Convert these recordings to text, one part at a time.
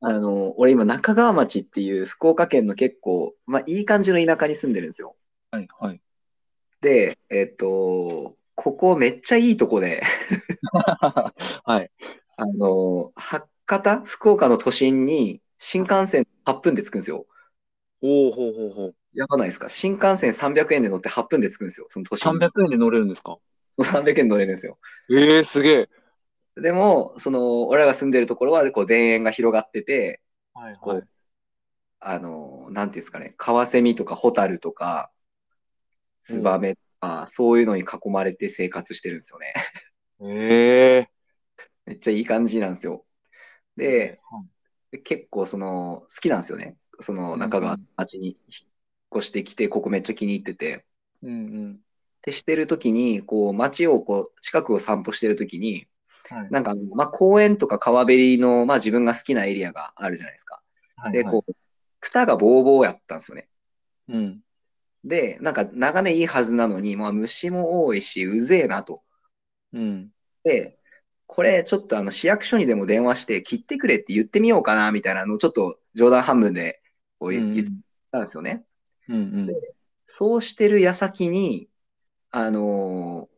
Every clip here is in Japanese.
あの、俺今中川町っていう福岡県の結構、まあいい感じの田舎に住んでるんですよ。はい、はい。で、えっと、ここめっちゃいいとこで、 はい。あの、博多、福岡の都心に新幹線8分で着くんですよ。おおほうほうほう。やばないですか新幹線300円で乗って8分で着くんですよ。その都心に。 300円で乗れるんですか300円乗れるんですよ。ええすげえ。でも、その、俺らが住んでるところは、こう、田園が広がってて、はい、こう、あの、なんていうんですかね、カワセミとかホタルとか、ツバメとか、そういうのに囲まれて生活してるんですよね。 ええめっちゃいい感じなんですよ。で、、で結構その、好きなんですよね。その、中川の町に引っ越してきて、ここめっちゃ気に入ってて。うんうん。で、してる時に、こう、街を、こう、近くを散歩してる時に、はいなんかあの、まあ、公園とか川べりの、まあ、自分が好きなエリアがあるじゃないですか。はいで、こう、草がボーボーやったんですよね。う。うん。で、なんか眺めいいはずなのに、まあ虫も多いし、うぜえなと。うん。で、これちょっとあの市役所にでも電話して、切ってくれって言ってみようかな、みたいなのをちょっと冗談半分でこうう言ん言ったんですよね。うん。そうしてる矢先に、あのー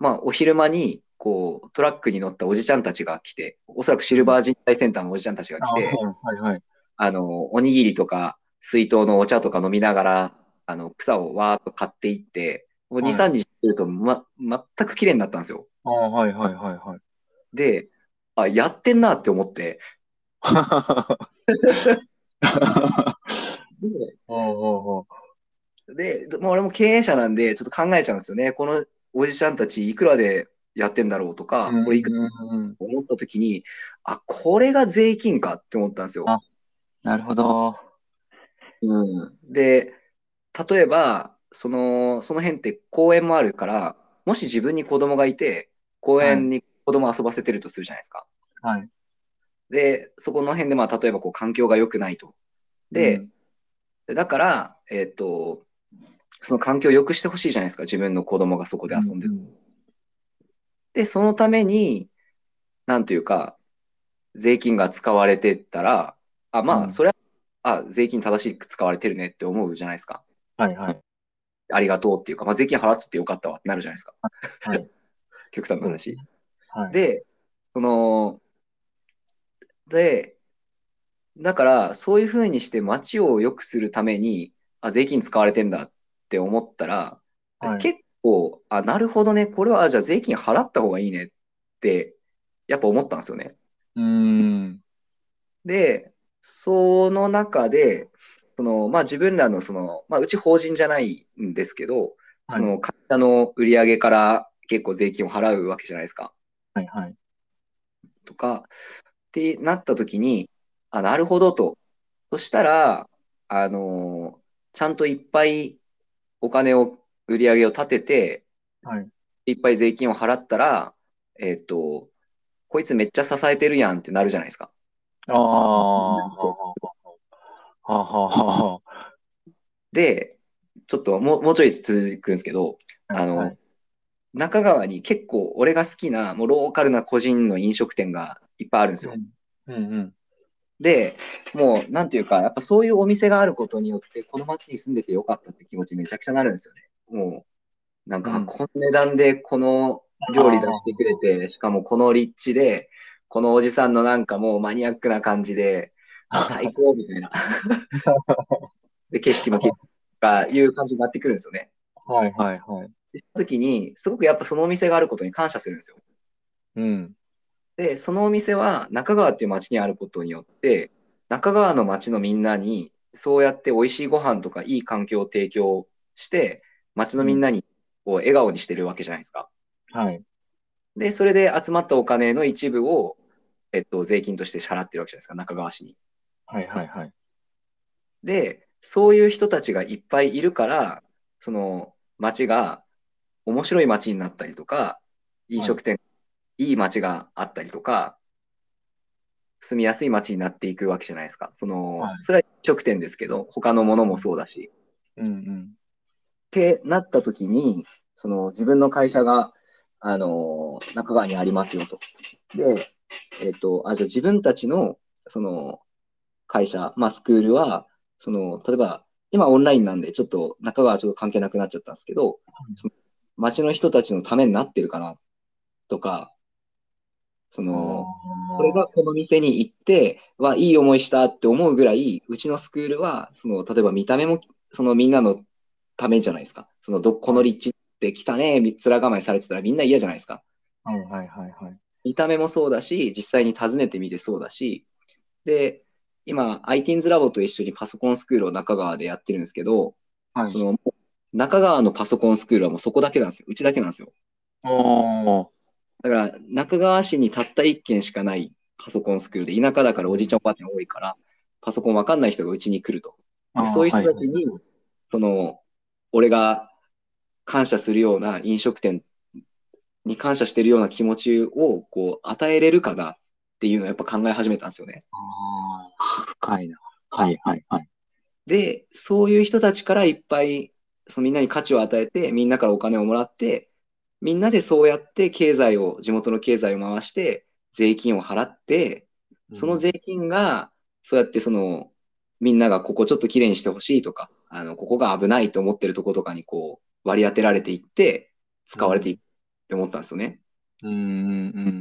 まあお昼間に、こう、トラックに乗ったおじちゃんたちが来て、おそらくシルバー人材センターのおじちゃんたちが来て、はいはい。あの、おにぎりとか、水筒のお茶とか飲みながら、あの、草をわーっと買っていって、もう2、はい3日すると、ま、全く綺麗になったんですよ。ああ、はいはいはい はい。で、あ、やってんなって思って、おおおで、でもう俺も経営者なんで、ちょっと考えちゃうんですよね。このおじちゃんたち、いくらでやってんだろうとか、これいくらうん。と思った時に、あ、これが税金かって思ったんですよ。あなるほど。うん、で、例えば、その、その辺って公園もあるから、もし自分に子供がいて、公園に子供遊ばせてるとするじゃないですか。はい。で、そこの辺で、まあ、例えばこう環境が良くないと。で、だから、えっと、その環境を良くしてほしいじゃないですか。自分の子供がそこで遊んでる。で、そのために、なんというか、税金が使われてったら、あ、まうあ、んそれは、あ、税金正しく使われてるねって思うじゃないですか。はいはい。ありがとうっていうか、まあ、税金払っててよかったわってなるじゃないですか。はい。 極端な話。はい。で、その、で、だから、そういうふうにして街を良くするために、あ、税金使われてんだって思ったら、はい結構、あ、なるほどね、これは、あじゃあ税金払った方がいいねって、やっぱ思ったんですよね。うん。で、その中で、その、まあ自分らのその、まあうち法人じゃないんですけど、はいその会社の売り上げから結構税金を払うわけじゃないですか。はいはい。とか、ってなった時に、あ、なるほどと。そしたら、あの、ちゃんといっぱいお金を、売り上げを立てて、はい。いっぱい税金を払ったら、えっと、こいつめっちゃ支えてるやんってなるじゃないですか。ああ。はあはあはあ。で、ちょっともう、もうちょい続くんですけど、あの、中川に結構俺が好きな、もうローカルな個人の飲食店がいっぱいあるんですよ。うんうん。で、もう、なんていうか、やっぱそういうお店があることによって、この街に住んでてよかったって気持ちめちゃくちゃなるんですよね。もう、なんか、うんあこの値段でこの料理出してくれて、しかもこの立地で、このおじさんのなんかもうマニアックな感じで、あ最高みたいな。 で、景色も結構、がいう感じになってくるんですよね。はいはいはい。でその時に、すごくやっぱそのお店があることに感謝するんですよ。うん。で、そのお店は中川っていう町にあることによって、中川の町のみんなに、そうやって美味しいご飯とかいい環境を提供して、町のみんなにこう笑顔にしてるわけじゃないですか。はい。で、それで集まったお金の一部を、えっと、税金として支払ってるわけじゃないですか、中川市に。はいはいはい。で、そういう人たちがいっぱいいるから、その町が面白い町になったりとか、飲食店、いい町があったりとか、住みやすい町になっていくわけじゃないですか。その、はいそれは飲食店ですけど、他のものもそうだし。うんうん。ってなった時に、その自分の会社が、あの、中川にありますよと。で、えっと、あ、じゃあ自分たちの、その、会社、まあ、スクールは、その、例えば、今オンラインなんで、ちょっと中川はちょっと関係なくなっちゃったんですけど、その町の人たちのためになってるかな、とか、その、これがこの店に行って、はいい思いしたって思うぐらい、うちのスクールは、その、例えば見た目も、そのみんなのためじゃないですか。その、ど、この立地で来たね、み面構えされてたらみんな嫌じゃないですか。はいはいはいはい。見た目もそうだし、実際に訪ねてみてそうだし、で、今、ITINS ラボと一緒にパソコンスクールを中川でやってるんですけど、はいその、中川のパソコンスクールはもうそこだけなんですよ。うちだけなんですよ。おーだから、中川市にたった一軒しかないパソコンスクールで、田舎だからおじいちゃんおばあちゃん多いから、パソコンわかんない人がうちに来ると。あーそういう人たちはいに、その、俺が感謝するような飲食店に感謝してるような気持ちを、こう、与えれるかなっていうのをやっぱ考え始めたんですよね。あー深いな。はいはいはい。で、そういう人たちからいっぱい、そのみんなに価値を与えて、みんなからお金をもらって、みんなでそうやって経済を、地元の経済を回して、税金を払って、その税金が、そうやってその、みんながここちょっときれいにしてほしいとか、あの、ここが危ないと思ってるとことかにこう、割り当てられていって、使われていくって思ったんですよね。うんうんう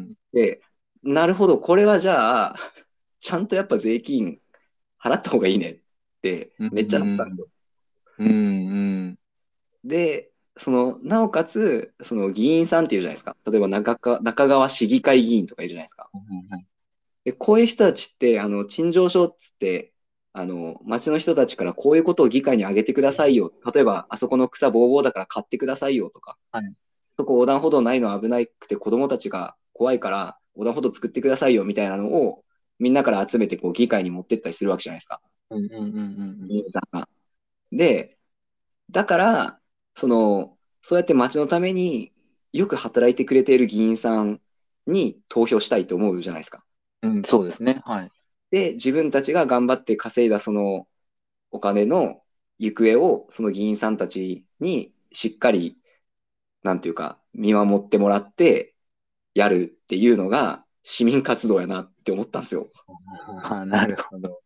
ん。で、なるほど、これはじゃあ、 ちゃんとやっぱ税金払った方がいいねって、めっちゃなったんですようんで、その、なおかつ、その議員さんっているじゃないですか。例えば中か、中川市議会議員とかいるじゃないですか。うん。で、こういう人たちって、あの、陳情書っつって、あの、町の人たちからこういうことを議会にあげてくださいよ。例えば、あそこの草ぼうぼうだから買ってくださいよとか、はいそこ横断歩道ないのは危ないくて子供たちが怖いから横断歩道作ってくださいよみたいなのをみんなから集めてこう議会に持ってったりするわけじゃないですか。うんうんうんいい歌がで、だから、その、そうやって町のためによく働いてくれている議員さんに投票したいと思うじゃないですか。うん。うん、そうですね。はい。で、自分たちが頑張って稼いだそのお金の行方を、その議員さんたちにしっかり、なんていうか、見守ってもらって、やるっていうのが市民活動やなって思ったんですよ。あなるほど。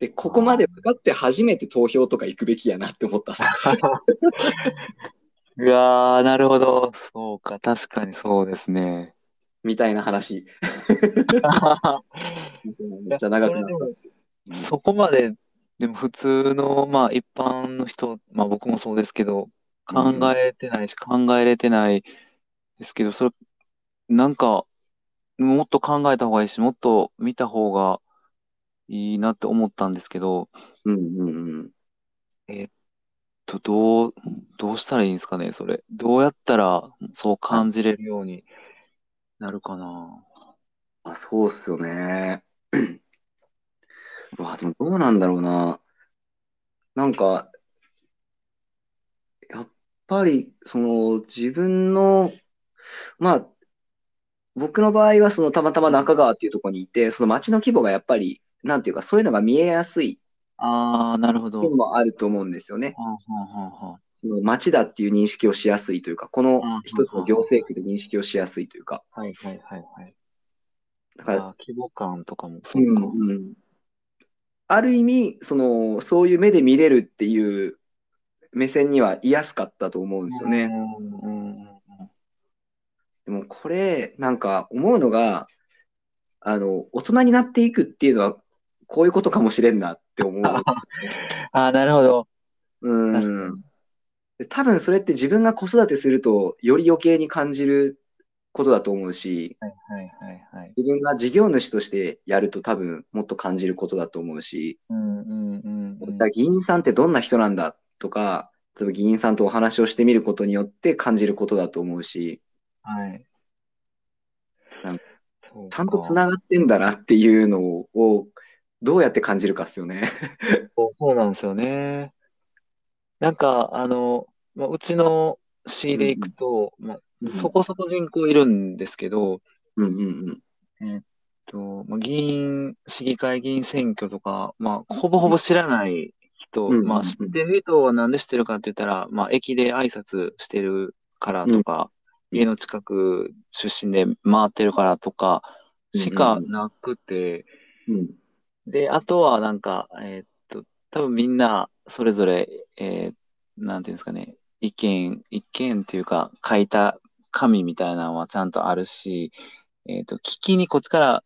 で、ここまで分かって初めて投票とか行くべきやなって思ったんですよ。 うわー、なるほど。そうか、確かにそうです ね。みたいな話。めっちゃ長くなっそれでもた。そこまで、でも普通の、まあ一般の人、まあ僕もそうですけど、考えてないし、考えれてないですけど、それ、なんか、もっと考えた方がいいし、もっと見た方がいいなって思ったんですけど、うんうんうん。とどう、どうしたらいいんですかね、それ。どうやったらそう感じれるようになるかな。あ、そうっすよね。 うわ、でもどうなんだろうな。なんか、やっぱり、その、自分の、まあ、僕の場合は、その、たまたま中川っていうところにいて、その街の規模がやっぱり、なんていうか、そういうのが見えやすいああ、なるほっど。ていうのはもあると思うんですよね。あはあはその街だっていう認識をしやすいというか、このうん一つの行政区で認識をしやすいというか、あはいはいはいはい。だから、あー規模感とかも、そううか。んうんある意味、その、そういう目で見れるっていう目線には居やすかったと思うんですよね。うんうんうんでもこれ、なんか思うのが、あの、大人になっていくっていうのは、こういうことかもしれんなって 思う。ああ、なるほど。う確かん。で多分それって自分が子育てすると、より余計に感じることだと思うし、はいはいはいはい。自分が事業主としてやると多分もっと感じることだと思うし、うんうんうんうん。議員さんってどんな人なんだとか、例えば議員さんとお話をしてみることによって感じることだと思うし、はいなん。そうちゃんとつかながってんだなっていうのを、どうやって感じるかっすよね。そうそうなんですよね。なんか、あの、まあ、うちの市で行くと、まあ、そこそこ人口いるんですけど、うんうんとまあ、議員、市議会議員選挙とか、まあ、ほぼほぼ知らない人、うんまあ、知ってる人はなんで知ってるかって言ったら、まあ、駅で挨拶してるからとか、うん家の近く出身で回ってるからとかしかなくて、うん。うんで、あとはなんか、えーっと、多分みんなそれぞれ、えーなんていうんですかね、意見、意見っていうか、書いた紙みたいなのはちゃんとあるし、えーっと、聞きにこっちから、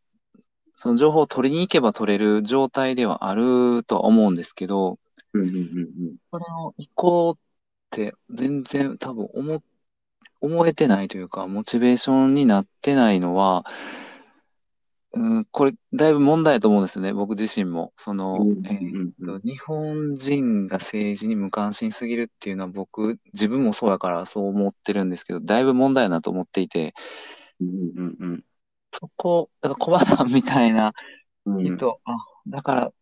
その情報を取りに行けば取れる状態ではあるとは思うんですけど、うんうんうんこれを行こうって全然多分思、思えてないというか、モチベーションになってないのは、うん、これだいぶ問題だと思うんですよね、僕自身も。その、うん。えーうんうん日本人が政治に無関心すぎるっていうのは僕、自分もそうやからそう思ってるんですけど、だいぶ問題だなと思っていて、うんうんそこ、だからコバさんみたいなうんうん。人、あ、だから、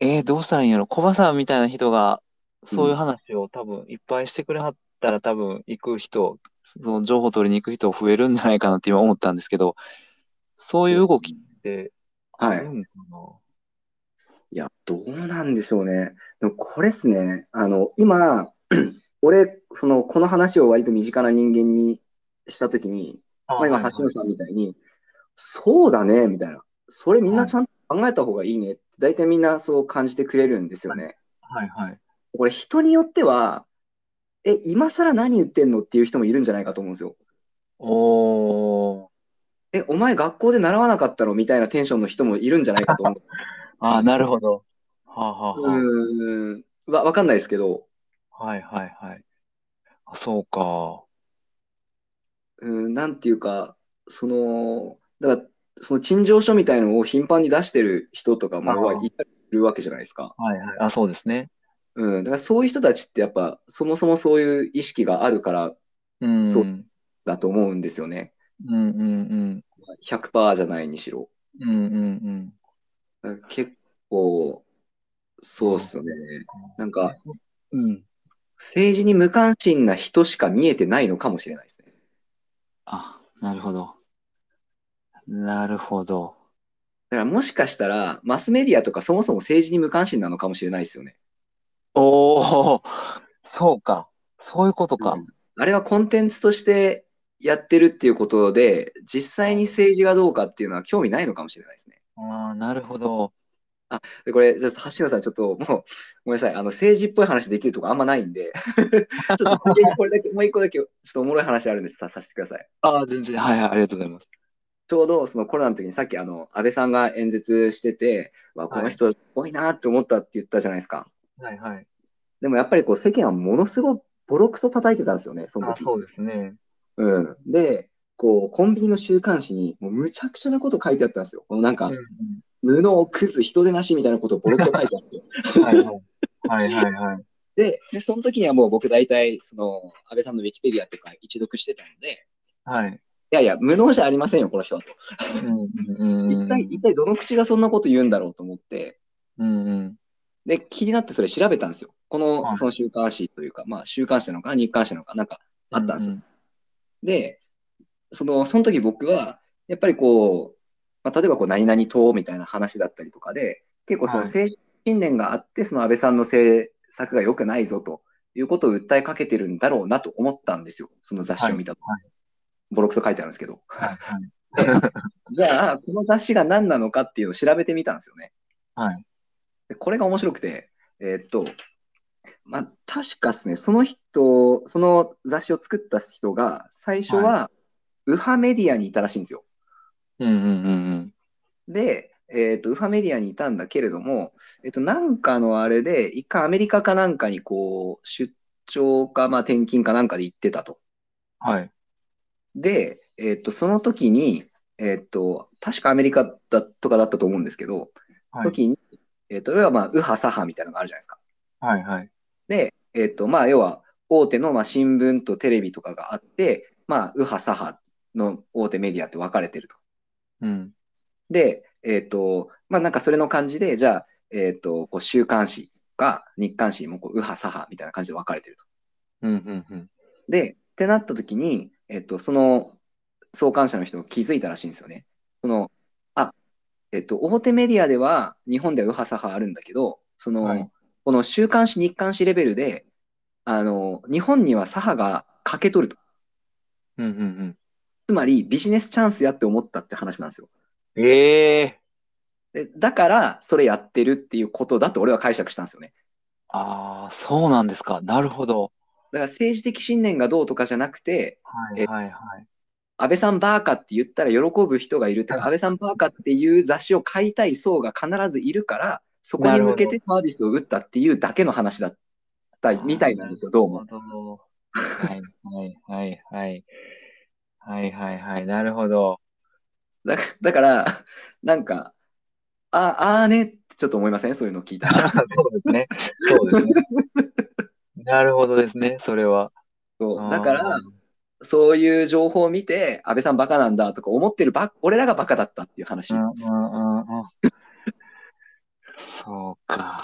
えーどうしたらいいんやろ、コバさんみたいな人が、そういう話を多分いっぱいしてくれはったら、多分行く人、その情報取りに行く人増えるんじゃないかなって今思ったんですけど、そういう動きってあるんかな、いや、どうなんでしょうね。でもこれっすね。あの、今、俺、その、この話を割と身近な人間にしたときに、あまあ、今、はい橋野さんみたいに、そうだね、みたいな。それみんなちゃんと考えた方がいいねって、大体みんなそう感じてくれるんですよね。はいはい。これ、人によっては、え、今更何言ってんのっていう人もいるんじゃないかと思うんですよ。おー。え、お前学校で習わなかったのみたいなテンションの人もいるんじゃないかと思う。あーなるほど。はあ、はあはうーん。わ、わかんないですけど。あ、はいはいはい。あそうか。うん、なんていうか、その、だから、その陳情書みたいのを頻繁に出してる人とかもあー要はいたりするわけじゃないですか。はいはい。あ、そうですね。うん、だからそういう人たちってやっぱ、そもそもそういう意識があるからうん。そううんだと思うんですよね。うんうん。 100%じゃないにしろ。うんうんうん。だから結構、そうっすよね。なんか、うん。政治に無関心な人しか見えてないのかもしれないですね。あ、なるほど。なるほど。だからもしかしたら、マスメディアとかそもそも政治に無関心なのかもしれないですよね。おお、そうか。そういうことか。あれはコンテンツとしてやってるっていうことで、実際に政治がどうかっていうのは興味ないのかもしれないですね。ああ、なるほど。でこれ、ちょっと橋野さん、ちょっともう、ごめんなさい、あの政治っぽい話できるとこあんまないんで、 ちょっとだけこれだけ、もう一個だけ、ちょっとおもろい話あるんで、ちょっとささせてください。ああ、全然。はいはい、ありがとうございます。ちょうどそのコロナの時にさっきあの安倍さんが演説してて、わこの人っぽいなって思ったって言ったじゃないですか。はいはい。でもやっぱりこう世間はものすごいボロクソ叩いてたんですよね、そのあ時。そうですね。うん。で、こう、コンビニの週刊誌に、もうむちゃくちゃなこと書いてあったんですよ。このなんうか、ん布をくず、人手なしみたいなことをボロクソ書いてあって。うん。はいはい。はいはいはい。で、で、その時にはもう僕大体、その、安倍さんのウィキペディアとか一読してたので、いはい。やいや、無能じゃありませんよ、この人はと。うんうんうん。一体、一体どの口がそんなこと言うんだろうと思って、うんうん。で、気になってそれ調べたんですよ。この、はいその週刊誌というか、まあ、週刊誌なのかな、日刊誌なのか、なんかあったんですよ。で、その、その時僕は、やっぱりこう、まあ、例えばこう、何々党みたいな話だったりとかで、結構そのはい政治信念があって、その安倍さんの政策が良くないぞということを訴えかけてるんだろうなと思ったんですよ。その雑誌を見たと。はボロクソ書いてあるんですけど。はいはい。じゃあ、この雑誌が何なのかっていうのを調べてみたんですよね。はい。でこれが面白くて、えーっと、まあ、確かですね、その人、その雑誌を作った人が、最初は、右派メディアにいたらしいんですよ。うんうんうんで、えー、と右派メディアにいたんだけれども、えー、となんかのあれで、一回アメリカかなんかにこう出張か、まあ、転勤かなんかで行ってたと。うん。はい。で、えー、とその時に、えー、と確かアメリカだとかだったと思うんですけど、はい時に、えー、と要はまあ右派左派みたいなのがあるじゃないですか。はいはい。で、えーとまあ、要は大手のまあ新聞とテレビとかがあって、まあ、右派左派の大手メディアって分かれてると。うん。で、えっ、と、まあなんかそれの感じで、じゃあ、えっ、と、こう週刊誌が日刊誌もこう右派左派みたいな感じで分かれてると。うんうんうん。で、ってなった時に、えっ、と、その創刊者の人が気づいたらしいんですよね。その、あ、えっ、と、大手メディアでは日本では右派左派あるんだけど、その、はいこの週刊誌日刊誌レベルで、あの、日本には左派が欠け取ると。うんうんうん。つまりビジネスチャンスやって思ったって話なんですよ。ええでだから、それやってるっていうことだと俺は解釈したんですよね。ああ、そうなんですか。なるほど。だから政治的信念がどうとかじゃなくて、はいえはいはい。安倍さんバーカって言ったら喜ぶ人がいるとか、はい安倍さんバーカっていう雑誌を買いたい層が必ずいるから、そこに向けてサービスを打ったっていうだけの話だったみたいなんですよ、どうも。なるほど。はいはいはいはい。はいはいはい。なるほど。だだから、なんか、ああーねってちょっと思いませんそういうの聞いた そら。うですね。そうですね。なるほどですね。それは。そうだかあらー、そういう情報を見て、安倍さんバカなんだとか思ってるば、俺らがバカだったっていう話。うんうんうんうん。そうか。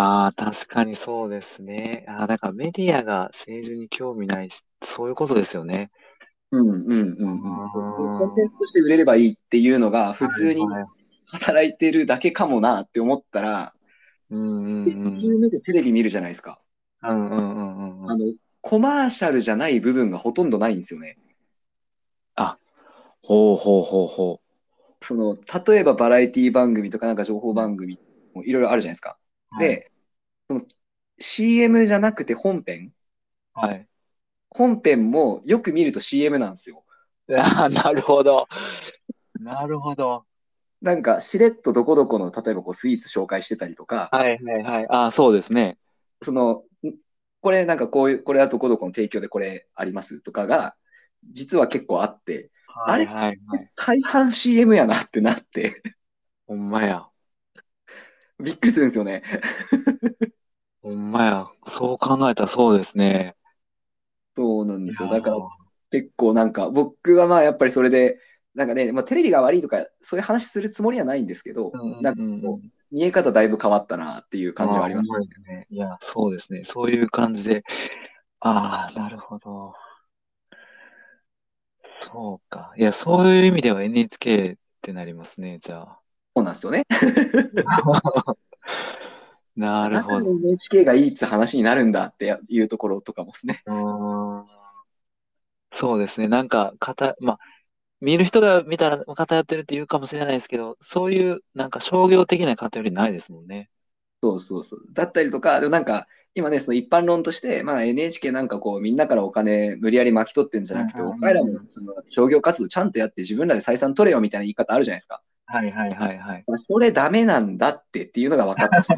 ああ、確かにそうですね。ああ、だからメディアが政治に興味ないし、そういうことですよね。うんうんうんうん。あーコンテンツとして売れればいいっていうのが、普通にはいはい働いてるだけかもなって思ったら、うんうんでうん。普通のでテレビ見るじゃないですか。うんうんうんうんうあん。の、コマーシャルじゃない部分がほとんどないんですよね。ほうほうほうほその、例えばバラエティ番組とかなんか情報番組もいろいろあるじゃないですか。う。はい、で、その CM じゃなくて本編はい。本編もよく見ると CM なんですよ。ああ、 なるほど。なるほど。なんか、しれっとどこどこの、例えばこうスイーツ紹介してたりとか、はいはいはい。ああ、そうですね。その、んこれなんかこういう、これはどこどこの提供でこれありますとかが、実は結構あって、あれはいはいはい。大半 CM やなってなって、 ほんまや。びっくりするんですよね。ほんまや。そう考えたらそうですね。そうなんですよ。だからいや結構なんか、僕はまあやっぱりそれで、なんかね、まあ、テレビが悪いとか、そういう話するつもりはないんですけど、ーうんうんうんなんかこう、見え方だいぶ変わったなっていう感じはあります。ーほんですね。いや、そうですね。そういう感じで。ああ、なるほど。そうか。いや、そういう意味では NHK ってなりますね、じゃあ。そうなんですよね。 なるだかほらど。 NHK がいいって話になるんだっていうところとかもですね。うーんそうですね。なんか、かた、まあ、見る人が見たら偏ってるって言うかもしれないですけど、そういう、なんか商業的な偏りないですもんね。そうそうそう。だったりとか、でもなんか、今ね、その一般論として、まあ、NHK なんかこう、みんなからお金無理やり巻き取ってんじゃなくて、うんうんうおん前らもその商業活動ちゃんとやって自分らで採算取れよみたいな言い方あるじゃないですか。はいはいはいはい。それダメなんだってっていうのが分かったっす。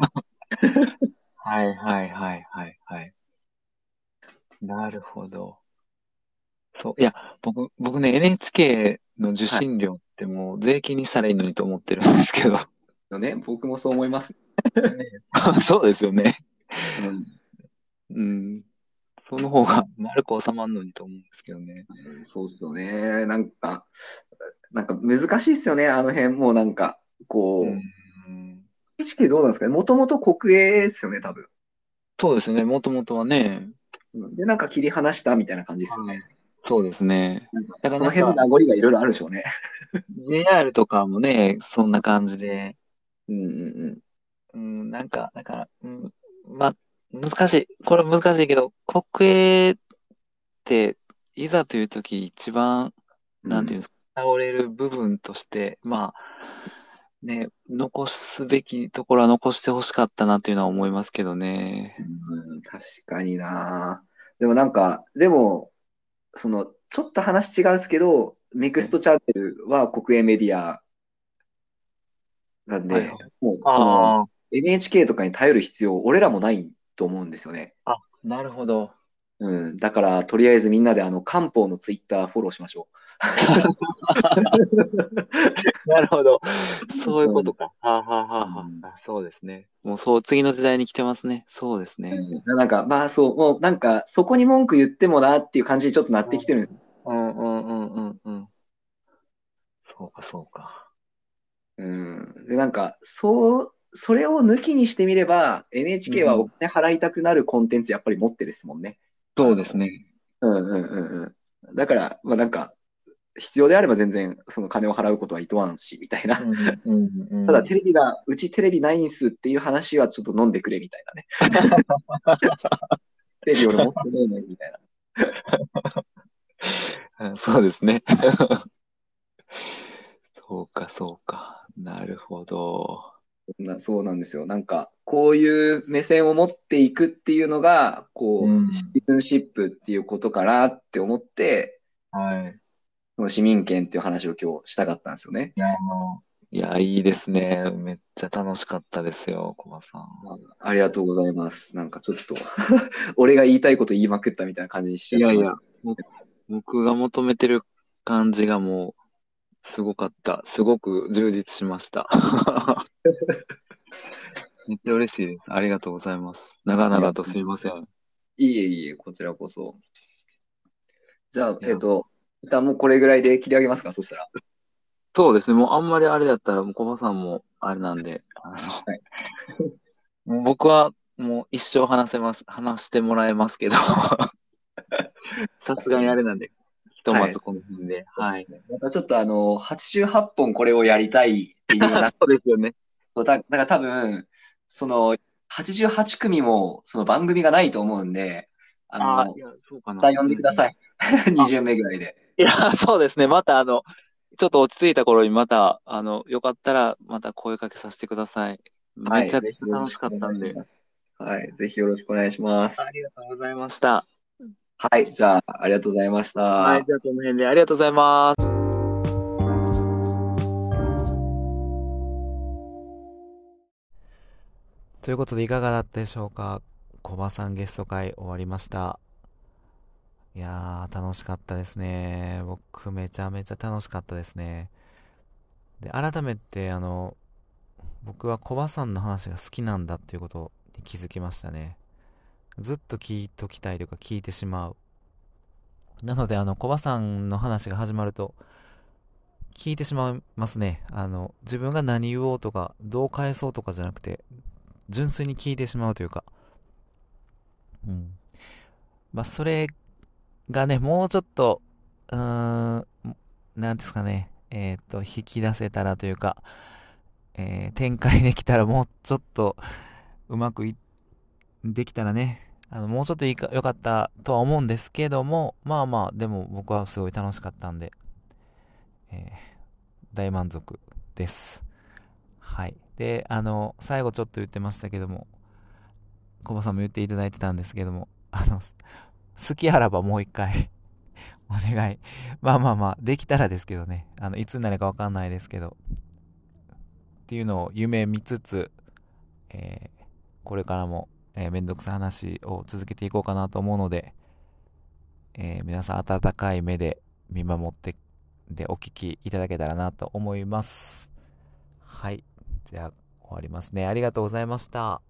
はいはいはいはいはい。なるほど。そう。いや、僕、僕ね、NHK の受信料ってもう税金にしたらいいのにと思ってるんですけど。 よね。僕もそう思います。そうですよね。うんうん。その方が丸く収まるのにと思うんですけどね。そうですよね。なんか、なんか難しいっすよね。あの辺、もうなんか、こう、うん意識どうなんですかね。もともと国営ですよね、多分。そうですね、もともとはね。うんで、なんか切り離したみたいな感じですよね。そうですね。だかこのらなん辺のか名残がいろいろあるでしょうね。 JR とかもね、そんな感じで、うんうんうん。うん、なんか、だから、うん、まあ、難しい。これ難しいけど、国営って、いざという時一番、なんていうんですか、倒れる部分として、まあ、ね、残すべきところは残してほしかったなというのは思いますけどね。うん、確かにな。でもなんか、でも、その、ちょっと話違うんですけど、ネクストチャンネルは国営メディアなんで、はいはいもうそのああ、 NHK とかに頼る必要、俺らもないと思うんですよね。なるほど。うん、だから、とりあえずみんなであの漢方のツイッターフォローしましょ なるほど。そういうことか。はあ、はあはあはあうんあ、そうですね。もうそう、次の時代に来てますね。そうですう。ね。うんなんか、まあそう、もうなんか、そこに文句言ってもなっていう感じにちょっとなってきてるんです。うんうんうんうんうん。そうかそうか。うん、でなんかそうそれを抜きにしてみれば NHK はお金払いたくなるコンテンツやっぱり持ってですもんね。そうですね。うんうんうんうん、だから、まあ、なんか必要であれば全然その金を払うことは厭わんしみたいな。うんうんうん。ただテレビが、うちテレビないんすっていう話はちょっと飲んでくれみたいな ね。テレビ俺持ってねえねみたいな。 うんそうですね。そうかそうか。なるほど。なそうなんですよ。なんか、こういう目線を持っていくっていうのが、こう、うんシーズンシップっていうことかなって思って、はい。その市民権っていう話を今日したかったんですよね。いや、もういや、いいですね。めっちゃ楽しかったですよ、コバさん。ありがとうございます。なんかちょっと、 俺が言いたいこと言いまくったみたいな感じにしちゃってました。僕が求めてる感じがもう、すごかった。すごく充実しま した。めっちゃ嬉しいです。ありがとうございます。長々とすみません。いえいえ、こちらこそ。じゃあ、いやえっと、一旦もうこれぐらいで切り上げますか、そしたら。そうですね。もうあんまりあれだったら、もうコバさんもあれなんで、あの、もう 僕はもう一生話せます、話してもらえますけ ど、さすがにあれなんで、ひとまずこの辺で。はい。またちょっとあの、88本これをやりたいっていうな そうですよね。だ だから多分、その、88組も、その番組がないと思うんで、ああのい、や、そうかな。また呼んでください。20名ぐ らいで。いや、 そうですね。また、あの、ちょっと落ち着いた頃に、また、あの、よかったら、また声かけさせてください。めちゃくちゃ楽しかったんで。。はい、ぜひよろしくお願いします。ありがとうございました。はい、じゃあ、ありがとうございました。はい、じゃあ、この辺でありがとうございます。ということでいかがだったでしょうかコバさんゲスト会終わりました。いやー、楽しかったですね。僕めちゃめちゃ楽しかったですね。で、改めて、あの、僕はコバさんの話が好きなんだっていうことに気づきましたね。ずっと聞いときたいというか聞いてしまう。なので、あの、コバさんの話が始まると、聞いてしまいますね。あの、自分が何言おうとか、どう返そうとかじゃなくて、純粋に聞いてしまうというか、うん。まあ、それがね、もうちょっと、うーん、なんですかね、えっ、と、引き出せたらというか、えー展開できたらもうちょっと、うまくい、できたらね、あの、もうちょっといいか、良かったとは思うんですけども、まあまあ、でも僕はすごい楽しかったんで、えー大満足です。はい。で、あの、最後ちょっと言ってましたけども、コバさんも言っていただいてたんですけども、あの、す好きあらばもう一回、 お願い。まあまあまあ、できたらですけどね、あの、いつになるかわかんないですけど、っていうのを夢見つつ、えーこれからも、えーめんどくさい話を続けていこうかなと思うので、えー皆さん温かい目で見守って、で、お聞きいただけたらなと思います。はい。じゃあ、終わりますね。ありがとうございました。